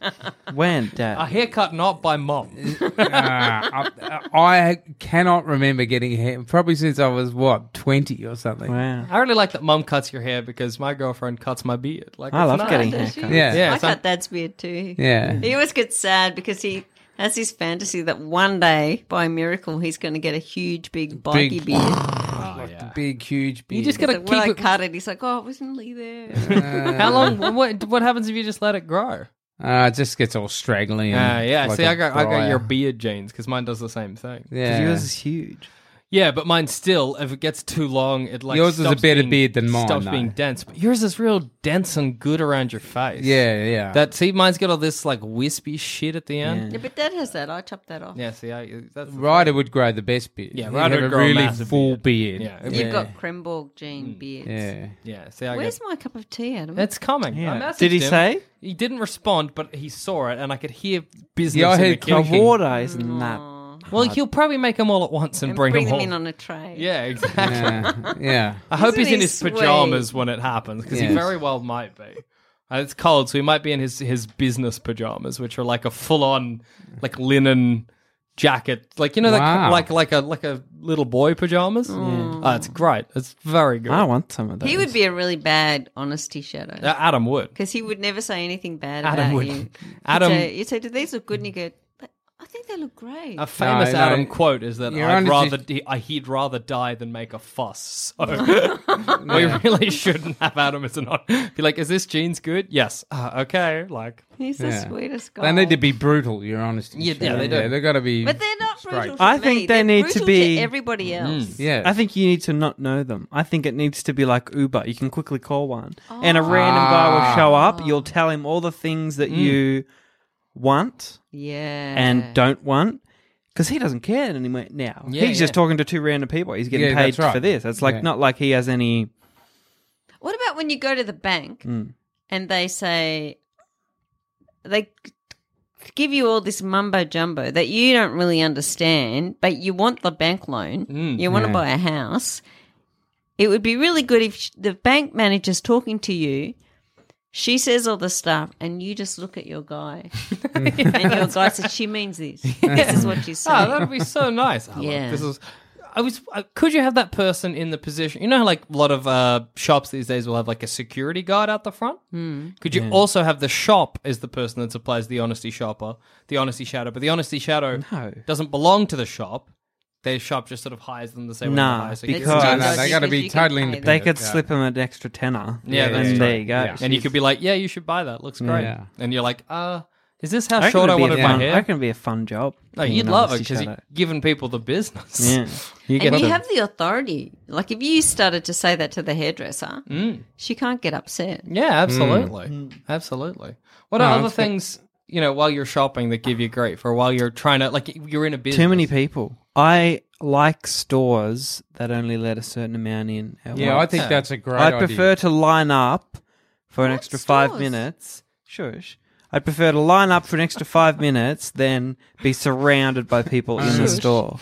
When, Dad? a haircut not by mom. Uh, I, I cannot remember getting hair probably since I was what twenty or something. wow. I really like that mom cuts your hair because my girlfriend cuts my beard. Like, I it's love nice. getting Does she? haircuts. Yeah. Yeah, I so- cut dad's beard too. Yeah, He always gets sad because he has this fantasy that one day, by a miracle, he's going to get a huge, big, bikey Big- beard. Oh, big, huge. Beard. You just got So to when I keep it. cut it, he's like, "Oh, wasn't Lee there?" How long? What What happens if you just let it grow? Uh, it just gets all straggly. Uh, and yeah. Mm, like See, a I got I got briar. your beard jeans because mine does the same thing. Yeah, Yours is huge. Yeah, but mine still, if it gets too long, it like Yours is a stops better being- beard than mine, Stops though. being dense, but yours is real dense and good around your face. yeah, yeah. that see, mine's got all this like wispy shit at the end. yeah, but dad has that. I chopped that off. Yeah, see, I, that's Ryder would grow the best beard. Yeah, He'd Ryder have would a grow a really massive full beard. Yeah, Mm. You've got Kremborg gene beards. yeah. yeah. See, I Where's get, my cup of tea, Adam? it's coming. I Yeah. messaged Did he him. say? He didn't respond, but he saw it, and I could hear business. Yeah, I in heard the The kitchen. water isn't that. Well, he'll probably make them all at once and, and bring, bring them them in all. on a tray. Yeah, exactly. Yeah, Uh, yeah. I hope Isn't he's in he his sweet? pajamas when it happens because he Yes. very well might be. Uh, it's cold, so he might be in his his business pajamas, which are like a full on like linen jacket, like you know, that, Wow. Mm. like like a like a little boy pajamas. Uh, it's great. It's very good. I want some of those. He would be a really bad honesty shadow. Uh, Adam would. Because he would never say anything bad Adam about would- you. He'd Adam- say, you'd say, "Do these look good?" And you go, "But "I think they look great." A famous no. Adam quote is that Your I'd honesty- rather he, I, he'd rather die than make a fuss. So we really shouldn't have Adam as an hon- be like, is this jeans good? Yes. Uh, okay. Like He's Yeah. the sweetest guy. They need to be brutal. Your honesty. Yeah, yeah, they do. They've got to be. but they're not brutal. To I me. think they They're need to brutal be- everybody else. yeah. I think you need to not know them. I think it needs to be like Uber. You can quickly call one, and a random guy will show up. You'll tell him all the things that you want Yeah, and don't want because he doesn't care anymore now. Yeah, He's just yeah. talking to two random people. He's getting Yeah, paid that's right. for this. It's like Yeah. not like he has any. What about when you go to the bank Mm. and they say they give you all this mumbo jumbo that you don't really understand, but you want the bank loan, you want to buy a house. It would be really good if sh- the bank manager's talking to you. She says all the stuff, and you just look at your guy, and your guy says, "She means this. This is what she's Oh, saying." that would be so nice. Oh, look, Yeah. this is. I was. Uh, could you have that person in the position? You know, how, like a lot of uh, shops these days will have like a security guard out the front. Mm. Could you also have the shop as the person that supplies the honesty shopper, the honesty shadow? But the honesty shadow No. doesn't belong to the shop. their shop just sort of hires them the same way Nah, they hire security because- No, No, no, no, they got to because be you can totally pay them. independent. They could yeah. slip him an extra tenner. Yeah, and that's there true. you go. Yeah. and you could be like, "Yeah, you should buy that. Looks great." Yeah. And you're like, "Uh, is this how I reckon short I it'd be a wanted my fun- I hair?" reckon it'd be a fun job. No, being you'd an love it honesty because you're shadow. giving people the business. yeah, you And get you to- have the authority. Like if you started to say that to the hairdresser, she can't get upset. Yeah, absolutely. Hmm. Absolutely. What are other things, you know, while you're shopping that give you grief or while you're trying to, like, you're in a business? too many people. I like stores that only let a certain amount in. at Yeah, I once. think that's a great I'd idea. prefer to line up for an What extra five stores? minutes. Shush. I'd prefer to line up for an extra five minutes than be surrounded by people in the store.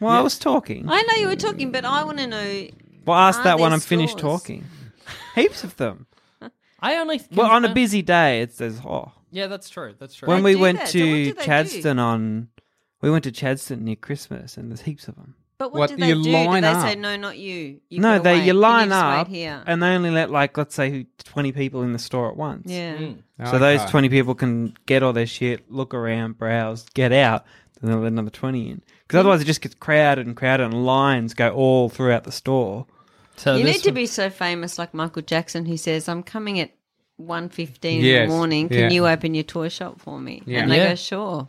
Well, I was talking. I know you were talking, but I want to know. Well, ask Are that when there I'm finished stores? talking. Heaps of them. I only. Can, Well, on a busy day, it's there's oh. Yeah, that's true. That's true. When They we do went that, so what to do they do? Chadston on, we went to Chadston near Christmas, and there's heaps of them. But what, What, do they you do? Do line they up? say no, not you? you no, gotta they wait. you Can line just wait up, here. and they only let like let's say twenty people in the store at once. yeah. So those Okay. 20 people can get all their shit, look around, browse, get out, then they'll let another 20 in. Because otherwise it just gets crowded and crowded and lines go all throughout the store. So you this need to one- be so famous, like Michael Jackson, who says, "I'm coming at 1.15 in Yes, the morning. Can yeah. you open your toy shop for me?" Yeah. And they Yeah. go, "Sure."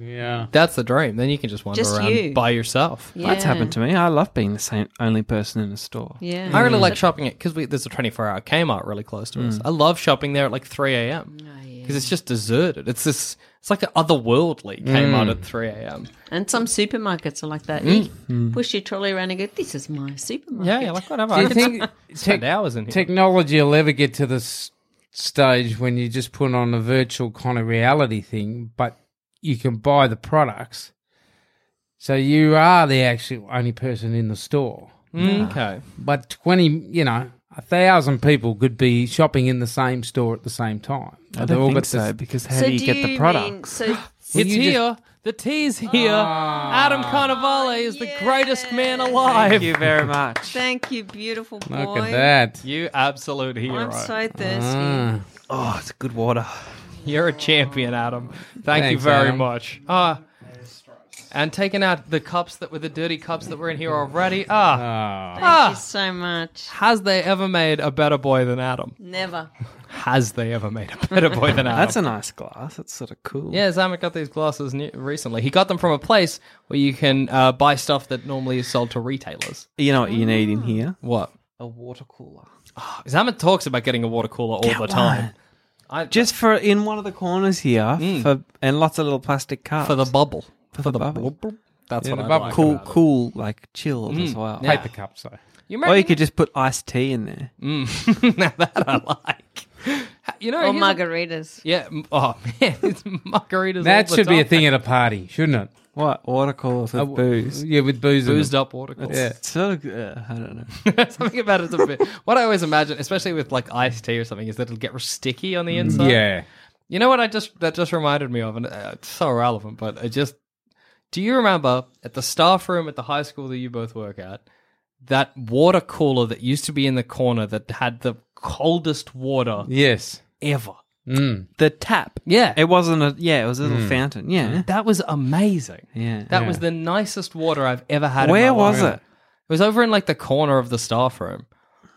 Yeah. That's the dream. Then you can just wander Just around you. by yourself. Yeah. That's happened to me. I love being the same only person in a store. Yeah. I really like shopping it because there's a 24 hour Kmart really close to Hmm. us. I love shopping there at like 3 a.m. Oh, Because it's just deserted. It's this, it's like an otherworldly Hmm. Kmart at 3 a.m. And some supermarkets are like that. You push your trolley around and go, "This is my supermarket." Yeah, yeah, like whatever. Do I you could think spend tech- hours in here. technology will ever get to this stage when you just put on a virtual kind of reality thing, but you can buy the products? So you are the actual only person in the store. Hmm, okay. But 20, you know, a thousand people could be shopping in the same store at the same time. I They've don't all think got so, this- because how do you get the mean- products? so it's you just- here. The tea's here. Adam Carnivale is the greatest man alive. Thank you very much. thank you, beautiful boy. Look at that. You absolute hero. I'm so thirsty. oh, it's good water. You're a champion, Adam. Thank you Thanks, very Adam. much. Ah. and taking out the cups that were the dirty cups that were in here already. Ah, Ah. Thank you so much. has they ever made a better boy than Adam? Never. Has they ever made a better boy than Adam? That's a nice glass. That's sort of cool. yeah, Zamek got these glasses new- recently. He got them from a place where you can uh, buy stuff that normally is sold to retailers. You know what you need Mm. in here? What? A water cooler. Zamet talks about getting a water cooler all the time I- Hmm. Just for in one of the corners here, for and lots of little plastic cups for the bubble. for the bubble. That's Yeah, what the I bubble. like cool, about it. cool, like chilled as well. Hmm. Yeah. Hmm. Paper cups, though. You Or you remember could just put iced tea in there. now that I like. You know, Or here's a- margaritas. Yeah. m- Oh man, it's margaritas. That all the should be a time. thing at a party, shouldn't it? Uh, What water Uh, coolers with booze? Yeah, with booze. in Boozed it. up water cooler. Yeah. It's sort of, uh, I don't know. something about it's a bit. What I always imagine, especially with like iced tea or something, is that it'll get sticky on the inside. Yeah. You know what? I just that just reminded me of, and uh, it's so relevant. But it just. Do you remember at the staff room at the high school that you both work at? That water cooler that used to be in the corner that had the coldest water Yes. ever. Mm. the tap. Yeah. It wasn't a yeah. It was a little fountain. Yeah, That was amazing. yeah. That was the nicest water I've ever had. in Where my was life. it? It was over in like the corner of the staff room.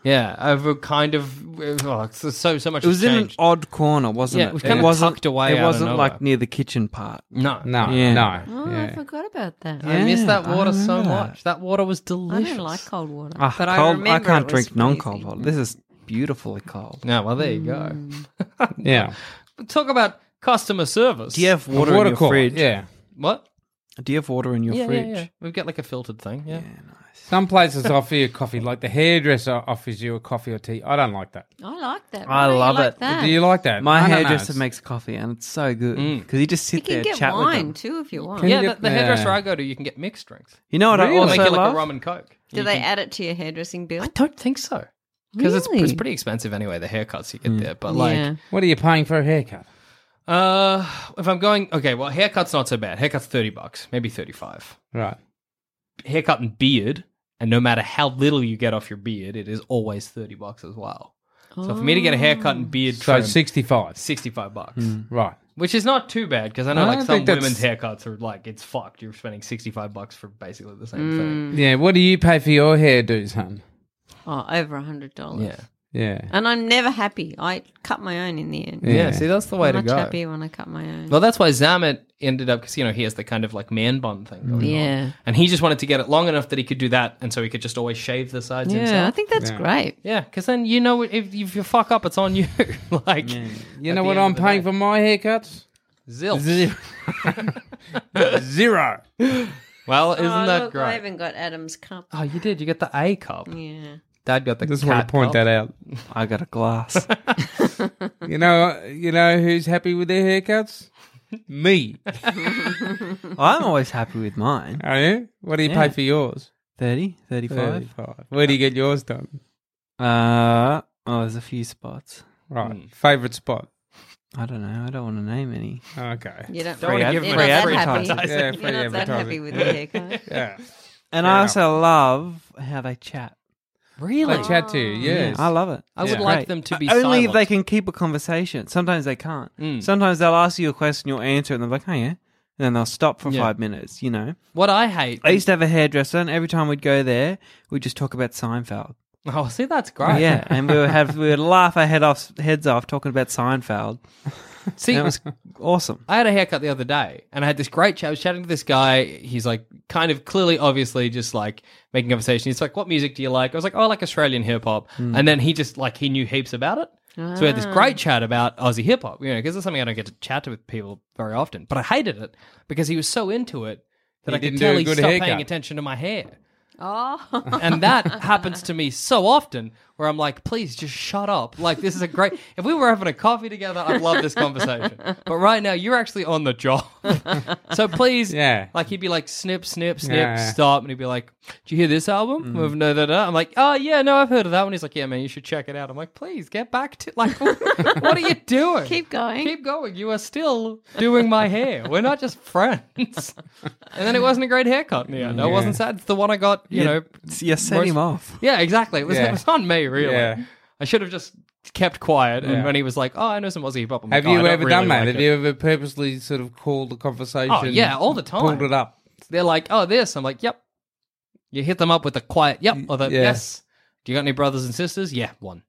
Yeah, over kind of oh, it's so so much. It was has in an changed. odd corner, wasn't Yeah, it? it was kind of wasn't tucked away out It of wasn't nowhere. like near the kitchen part. no, No. Yeah. No. Oh, I yeah. forgot about that. I miss that Yeah, I water so remember that. much. That water was I delicious. don't like cold water, Ah, but I cold- remember it can't was drink freezing. non-cold water. This is beautifully cold. No, well there you go. Mm. Yeah. Talk about customer service. Do you have water, A in your cooler, fridge? Yeah. what? Do you have water in your Yeah, yeah, fridge? yeah. We've got like a filtered thing. Yeah. Some places offer you coffee, like the hairdresser offers you a coffee or tea. I don't like that. I like that. I Why don't you love like it. That? Ah. Do you like that? I My don't know. hairdresser It's- makes coffee, and it's so good because you just you sit there can and get chat with them. wine too if you want. Can you Yeah, get- the, the hairdresser yeah. I go to, you can get mixed drinks. You know what Really? I They'll also make you like love? a rum and coke. Do they add it to your hairdressing bill? I don't think so Mm. because it's, Really? it's pretty expensive anyway. The haircuts you get there, but like. yeah. What are you paying for a haircut? Uh, if I'm going, okay, well, haircut's not so bad. Haircut's 30 bucks, maybe 35. Right. Haircut and beard, and no matter how little you get off your beard, it is always 30 bucks as well. So Hmm. for me to get a haircut and beard So trim, 65. 65 bucks. Right. Which is not too bad because I know I like don't some think that's- women's haircuts are like it's fucked. You're spending sixty five bucks for basically the same Mm. thing. Yeah, what do you pay for your hairdos, hun? Oh, over a hundred dollars. Yeah. Yeah. And I'm never happy. I cut my own in the end. yeah, See, that's the way I'm to much go. happier when I cut my own. Well, that's why Zamet ended up because you know he has the kind of like man bun thing going Yeah. on, and he just wanted to get it long enough that he could do that, and so he could just always shave the sides yeah, I himself. think that's great. Yeah, because then you know if, if you fuck up, it's on you. like, You at know the what end I'm of the paying day. for my haircuts? Zilch. Zero. Zero. well, isn't oh, that look, I great? even got Adam's cup. Oh, you did. You got the A cup. Yeah. Dad got the. Just cat want to point cup. that out. I got a glass. You know, you know who's happy with their haircuts? Me. I'm always happy with mine. Are you? What do you pay Yeah. for yours? 30, 35. Thirty-five. Where do you get yours done? Uh, oh, there's a few spots. Right. Hmm. Favorite spot. I don't know. I don't want to name any. Okay. You don't, wanna you're give not free that happy. advertising. Yeah, free You're not that advertising. happy with your haircut. Yeah. And Fair I also love how they chat. Really? Oh, I chat to you. Yes. I love it. I would Yeah. like Great. them to Uh, be only silent. if they can keep a conversation. Sometimes they can't. Mm. Sometimes they'll ask you a question, you'll answer, it, and they're like, "Oh yeah," and then they'll stop for Yeah. five minutes. You know, What I hate. I used to have a hairdresser, and every time we'd go there, we'd just talk about Seinfeld. Oh, see, that's great. Yeah, and we would have we would laugh our head off heads off talking about Seinfeld. See, That was awesome. I had a haircut the other day, and I had this great chat. I was chatting to this guy. He's like, kind of clearly, obviously, just like making conversation. He's like, "What music do you like?" I was like, "Oh, I like Australian hip hop." Hmm. And then he just like he knew heaps about it. So we had this Ah. great chat about Aussie hip hop, you know, because it's something I don't get to chat to with people very often. But I hated it because he was so into it that He I didn't could do tell a he good stopped paying haircut. attention to my hair. Oh, And that happens to me so often where I'm like, please just shut up. Like, this is a great. If we were having a coffee together, I'd love this conversation. But right now, you're actually on the job. so please. Yeah. Like, he'd be like, snip, snip, snip, Yeah. Mm. stop. And he'd be like, do you hear this album? Of da, da, da. I'm like, oh, yeah, no, I've heard of that one. He's like, yeah, man, you should check it out. I'm like, please get back to. Like, what are you doing? keep going. Keep going. You are still doing my hair. We're not just friends. and then it wasn't a great haircut in the end. I wasn't sad. It's the one I got, you know, You set Most- him off. yeah, exactly. It was, Yeah. it was on me, really. Yeah. I should have just kept quiet. And Yeah. when he was like, "Oh, I know some Aussie hip hop," I'm Have like, "Oh, I you don't ever really done that? like Have it." you ever purposely sort of called the conversation? Oh yeah, all the time. Pulled it up. They're like, "Oh, this." I'm like, "Yep." You hit them up with a quiet "Yep" or the Yeah. "Yes." Do you got any brothers and sisters? Yeah, one.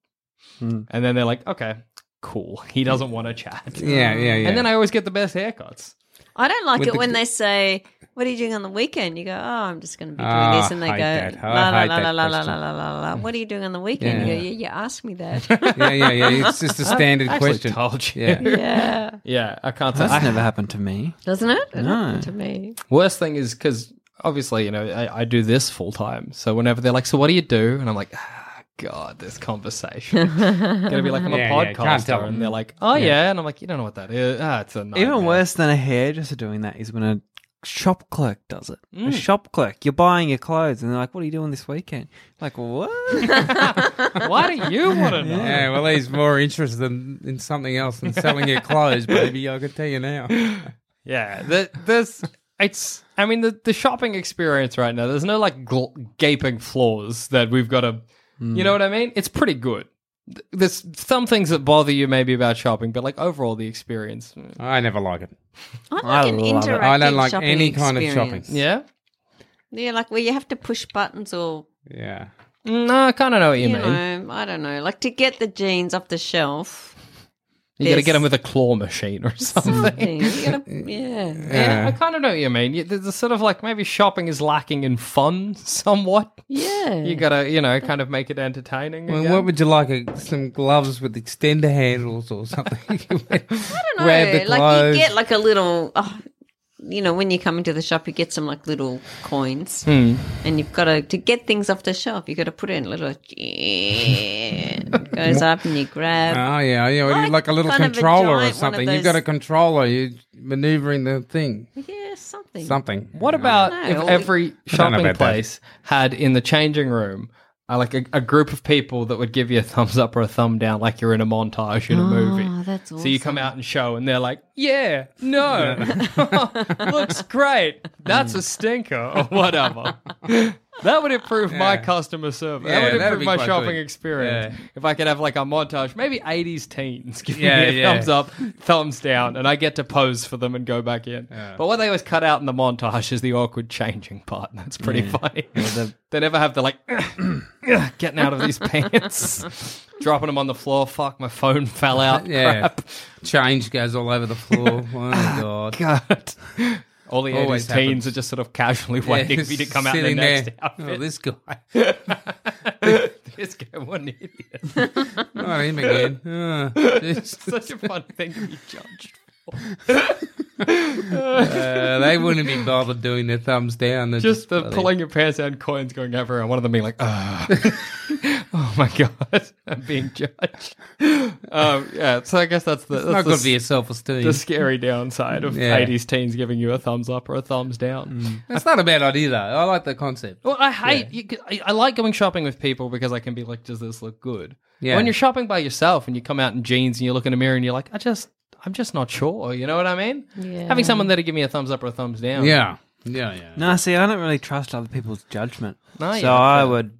Hmm. And then they're like, "Okay, cool." He doesn't want to chat. Yeah, yeah, yeah. And then I always get the best haircuts. I don't like With it the when gl- they say, "What are you doing on the weekend?" You go, "Oh, I'm just going to be doing Ah, this," and they hate go, that. I "La la hate la la that la la la question. Mm. la la la." What are you doing on the weekend? Yeah. You go, "Yeah, you asked me that." yeah, yeah, yeah. It's just a standard I actually question. told you. Yeah. yeah, Yeah, I can't. say That's I never happened to me. doesn't it? It No. happened to me. Worst thing is because obviously, you know, I, I do this full time. So whenever they're like, "So what do you do?" and I'm like, ah, "God, this conversation." Gonna be like, "I'm Yeah, a yeah, podcaster," can't tell them. and they're like, "Oh yeah. and I'm like, "You don't know what that is." Ah, it's a nightmare. Even worse than a hairdresser doing that is when a shop clerk does it. A shop clerk, you're buying your clothes, and they're like, "What are you doing this weekend?" Like, what? Why do you want to know? Yeah, well, he's more interested in, in something else than selling your clothes, baby. I can tell you now. Yeah, the, there's it's. I mean, the the shopping experience right now. There's no like gl- gaping flaws that we've got to. You know what I mean? It's pretty good. Th- There's some things that bother you maybe about shopping, but like overall the experience. mm. I never like it. I like I an love it. interactive. I don't like shopping any kind of shopping. experience. Yeah. yeah, like where you have to push buttons or Yeah. No, I kind of Mm, know what you, you mean. know, I don't know, like to get the jeans off the shelf. You got to This. get them with a claw machine or something. Something. You gotta, yeah. Yeah, I kind of know what you mean. You- There's a sort of like maybe shopping is lacking in fun somewhat. Yeah. You got to, you know, kind of make it entertaining. Well, again. what would you like? A, some gloves with extender handles or something? I don't No, like you get like a little, oh, you know, when you come into the shop, you get some like little coins, and you've got to to get things off the shelf. You've got to put in a little. it goes up and you grab. Oh yeah, yeah. Well, you like Like a little kind of a controller or giant one of something. You've those- got a controller. You're maneuvering the thing. yeah, something. Something. What about know. if every shopping about that. place had in the changing room uh, like a, a group of people that would give you a thumbs up or a thumb down, like you're in a montage in a movie? that's So you come out and show, and they're like, "Yeah, no, looks great. That's a stinker or whatever." That would improve my customer service. Yeah, that would that'd improve be my quite shopping good. experience. If I could have like a montage, maybe 80s teens giving Yeah, me a yeah. thumbs up, thumbs down, and I get to pose for them and go back in. But what they always cut out in the montage is the awkward changing part. That's pretty funny. they never have the like getting out of these pants, dropping them on the floor. Fuck, my phone fell out. Yeah. Crap. Change goes all over the floor. oh my god. God. All the Always 80s teens happens. are just sort of casually waiting Yeah, for you to come out in the sitting there. next outfit. Oh, this guy. This guy, what an idiot. Not him again. Uh, just- Such a fun thing to be judged for. uh, they wouldn't be bothered doing their thumbs down. They're Just the bloody- pulling your pants out and coins going everywhere. and One of them being like, "Ugh." oh my God, I'm being judged. Um, yeah, so I guess that's the, that's Not the, good for your s- self esteem. the scary downside of Yeah. Mm. 80s teens giving you a thumbs up or a thumbs down. That's not a bad idea, though. I like the concept. Well, I hate. You, c- I, I like going shopping with people because I can be like, "Does this look good?" Yeah. When you're shopping by yourself and you come out in jeans and you look in the mirror and you're like, "I just, I'm just not sure." You know what I mean? Yeah. Having someone there to give me a thumbs up or a thumbs down. Yeah. Yeah, yeah. No, see, I don't really trust other people's judgment. No, so yeah, I fair. would.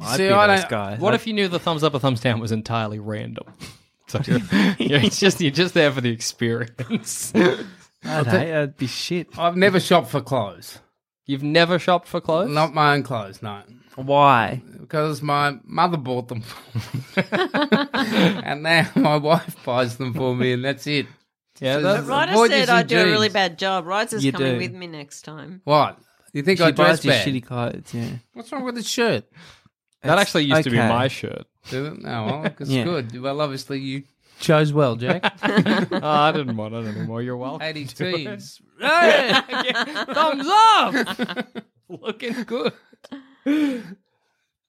I'd See, be I those don't- guys. What I'd- if you knew the thumbs up or thumbs down was entirely random? So you're, you're just you're just there for the experience. I'd, hate- I'd be shit. I've never shopped for clothes. You've never shopped for clothes. Not my own clothes, no. Why? Because my mother bought them. and now my wife buys them for me, and that's it. yeah, So that's, that right? Ryder Avoid said using I do a really jeans. bad job. Ryder's You coming do. with me next time. What? You think I she dress buys you bad? shitty clothes. Yeah. What's wrong with the shirt? that actually used to be okay. my shirt. Did it? No, well, it's Yeah. good. Well, obviously you chose well, Jack. Oh, I didn't want it anymore. You're welcome. 80 teens. thumbs up. Looking good.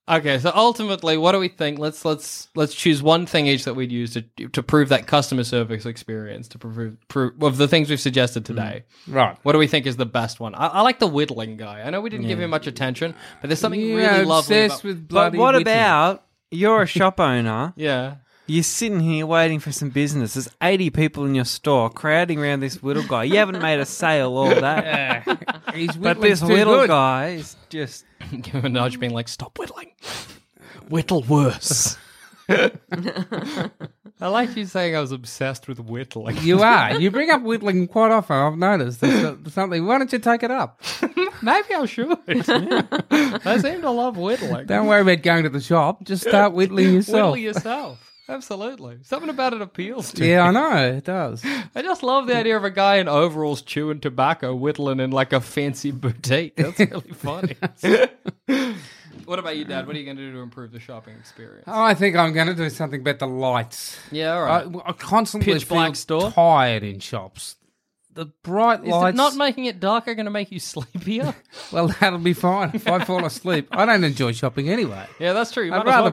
Okay, so ultimately, what do we think? Let's let's let's choose one thing each that we'd use to to prove that customer service experience to prove, prove of the things we've suggested today. Right. What do we think is the best one? I, I like the whittling guy. I know we didn't give him much attention, but there's something Yeah, really lovely. obsessed About, with But bloody what witty. about you're a shop owner? yeah, You're sitting here waiting for some business. There's 80 people in your store crowding around this little guy. You haven't made a sale all day. He's But this little guy is just. give him a nudge, being like, "Stop whittling, whittle worse." I like you saying I was obsessed with whittling. You are. You bring up whittling quite often. I've noticed. That's something. Why don't you take it up? Maybe I should. I seem to love whittling. Don't worry about going to the shop. Just start whittling yourself. Whittle yourself. Absolutely. Something about it appeals to yeah, I me. know it does. I just love the idea of a guy in overalls chewing tobacco, whittling in like a fancy boutique. That's really funny. what about you, Dad? What are you going to do to improve the shopping experience? I think I'm going to do something about the lights. yeah, all I, right. I constantly Pitch feel black store? tired in shops. The bright Is lights. it not making it darker going to make you sleepier? well, that'll be fine if I fall asleep. I don't enjoy shopping anyway. yeah, that's true. You might I'd as well rather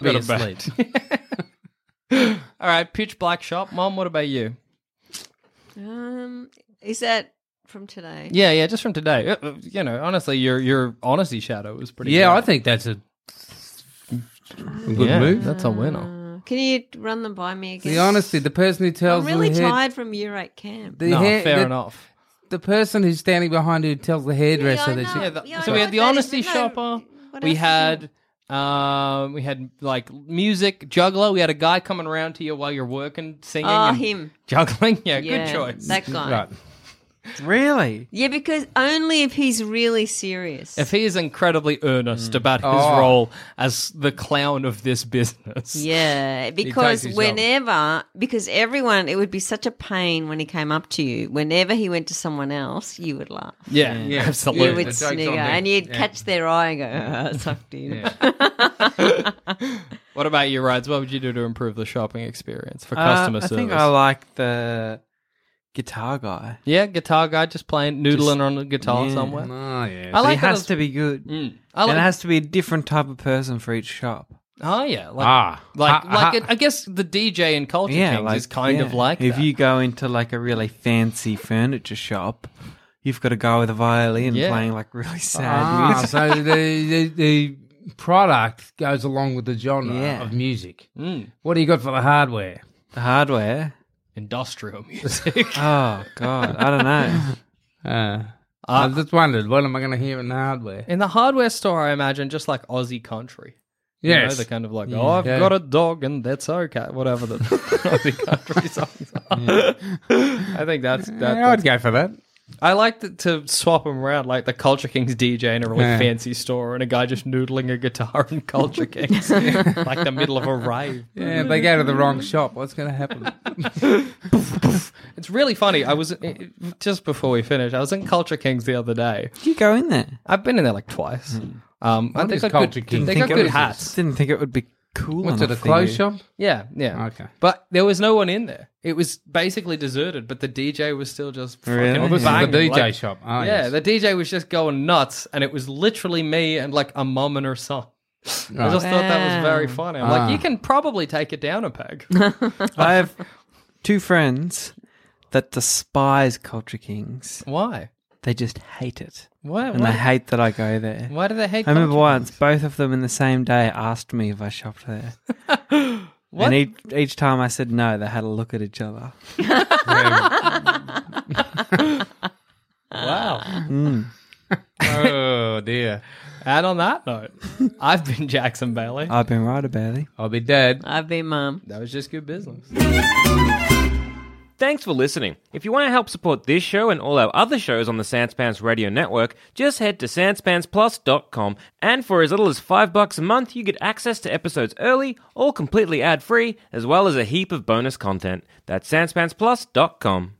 be Go to bed. asleep. All right, pitch black shop. Mom, what about you? Um, Is that from today? Yeah, yeah, just from today. Uh, uh, You know, honestly, your your honesty shadow was pretty. Yeah, I good. think that's a good Yeah, move. That's a winner. Uh, Can you run them by me again? The honesty, the person who tells I'm really the hair- tired from Urate Camp. The No, hair- fair the, enough. The person who's standing behind who tells the hairdresser I that she know. Yeah, the- Yeah, I so we know had the that is- honesty no, shopper. what We else is had um, we had like music juggler. We had a guy coming around to you while you're working, singing, Oh, and him. juggling. Yeah, Yeah, good choice. That guy. Right. Really? Yeah, because only if he's really serious. if he is incredibly earnest about his Oh. role as the clown of this business, Yeah, because his job. whenever, because everyone, it would be such a pain when he came up to you. Whenever he went to someone else, you would laugh. yeah, Yeah. absolutely. You the would joke's on snigger, me. and you'd Yeah. catch their eye and go, "Ah, sucked in. What about you, rides? What would you do to improve the shopping experience for Uh, customer I service? think I like the guitar guy. yeah, guitar guy just playing noodling on the guitar yeah. somewhere. Oh, yeah. I But like it that has as- to be good. Mm. I And like. it has to be a different type of person for each shop. oh yeah, like ah. like, Ha- like ha- it, I guess the DJ in Culture Kings is kind of yeah. like if that. you go into like a really fancy furniture shop, you've got a guy with a violin Yeah. playing like really sad Ah, music. so the, the the product goes along with the genre Yeah. of music. Mm. What do you got for the hardware? The hardware. industrial music. Oh God, I don't know. Uh, I just wondered, what am I going to hear in the hardware? in the hardware store, I imagine just like Aussie country. You know, Yes. they're kind of like, oh, I've Yeah. got a dog and that's okay. Whatever the Aussie country songs are. I think that's that. Yeah, I'd that's- go for that. I like to, to swap them around, like the Culture Kings DJ in a really Yeah. fancy store and a guy just noodling a guitar in Culture Kings, like the middle of a rave. Yeah, if they go to the wrong shop, what's going to happen? It's really funny. I was eh, just before we finish. I was in Culture Kings the other day. Did you go in there? I've been in there like twice. Um, Hmm. What and they is got Culture good, Kings? They Didn't got think it good was hats. Didn't think it would be cool. What's it, a enough for clothes you. shop? Yeah, yeah. Okay. But there was no one in there. It was basically deserted, but the DJ was still just fucking Really? Well, This banging, is the DJ like- shop. Ah, Oh, yeah, yes. the DJ was just going nuts, and it was literally me and like a mum and her son. I Right. just thought that was very Wow. funny. I'm Ah. like, you can probably take it down a peg. I have two friends that despise Culture Kings. Why? They just hate it, Why? and they Why, hate that I go there. why do they hate? I remember culture? once, both of them in the same day asked me if I shopped there. What? And each, each time I said no, they had a look at each other. Wow. oh, dear. and on that note, I've been Jackson Bailey. I've been right about it. I'll be dead. I've been mum. that was just good business. Thanks for listening. If you want to help support this show and all our other shows on the Sanspants Radio Network, just head to sanspantsplus.com and for as little as 5 bucks a month, you get access to episodes early, all completely ad-free, as well as a heap of bonus content. That's sanspantsplus.com.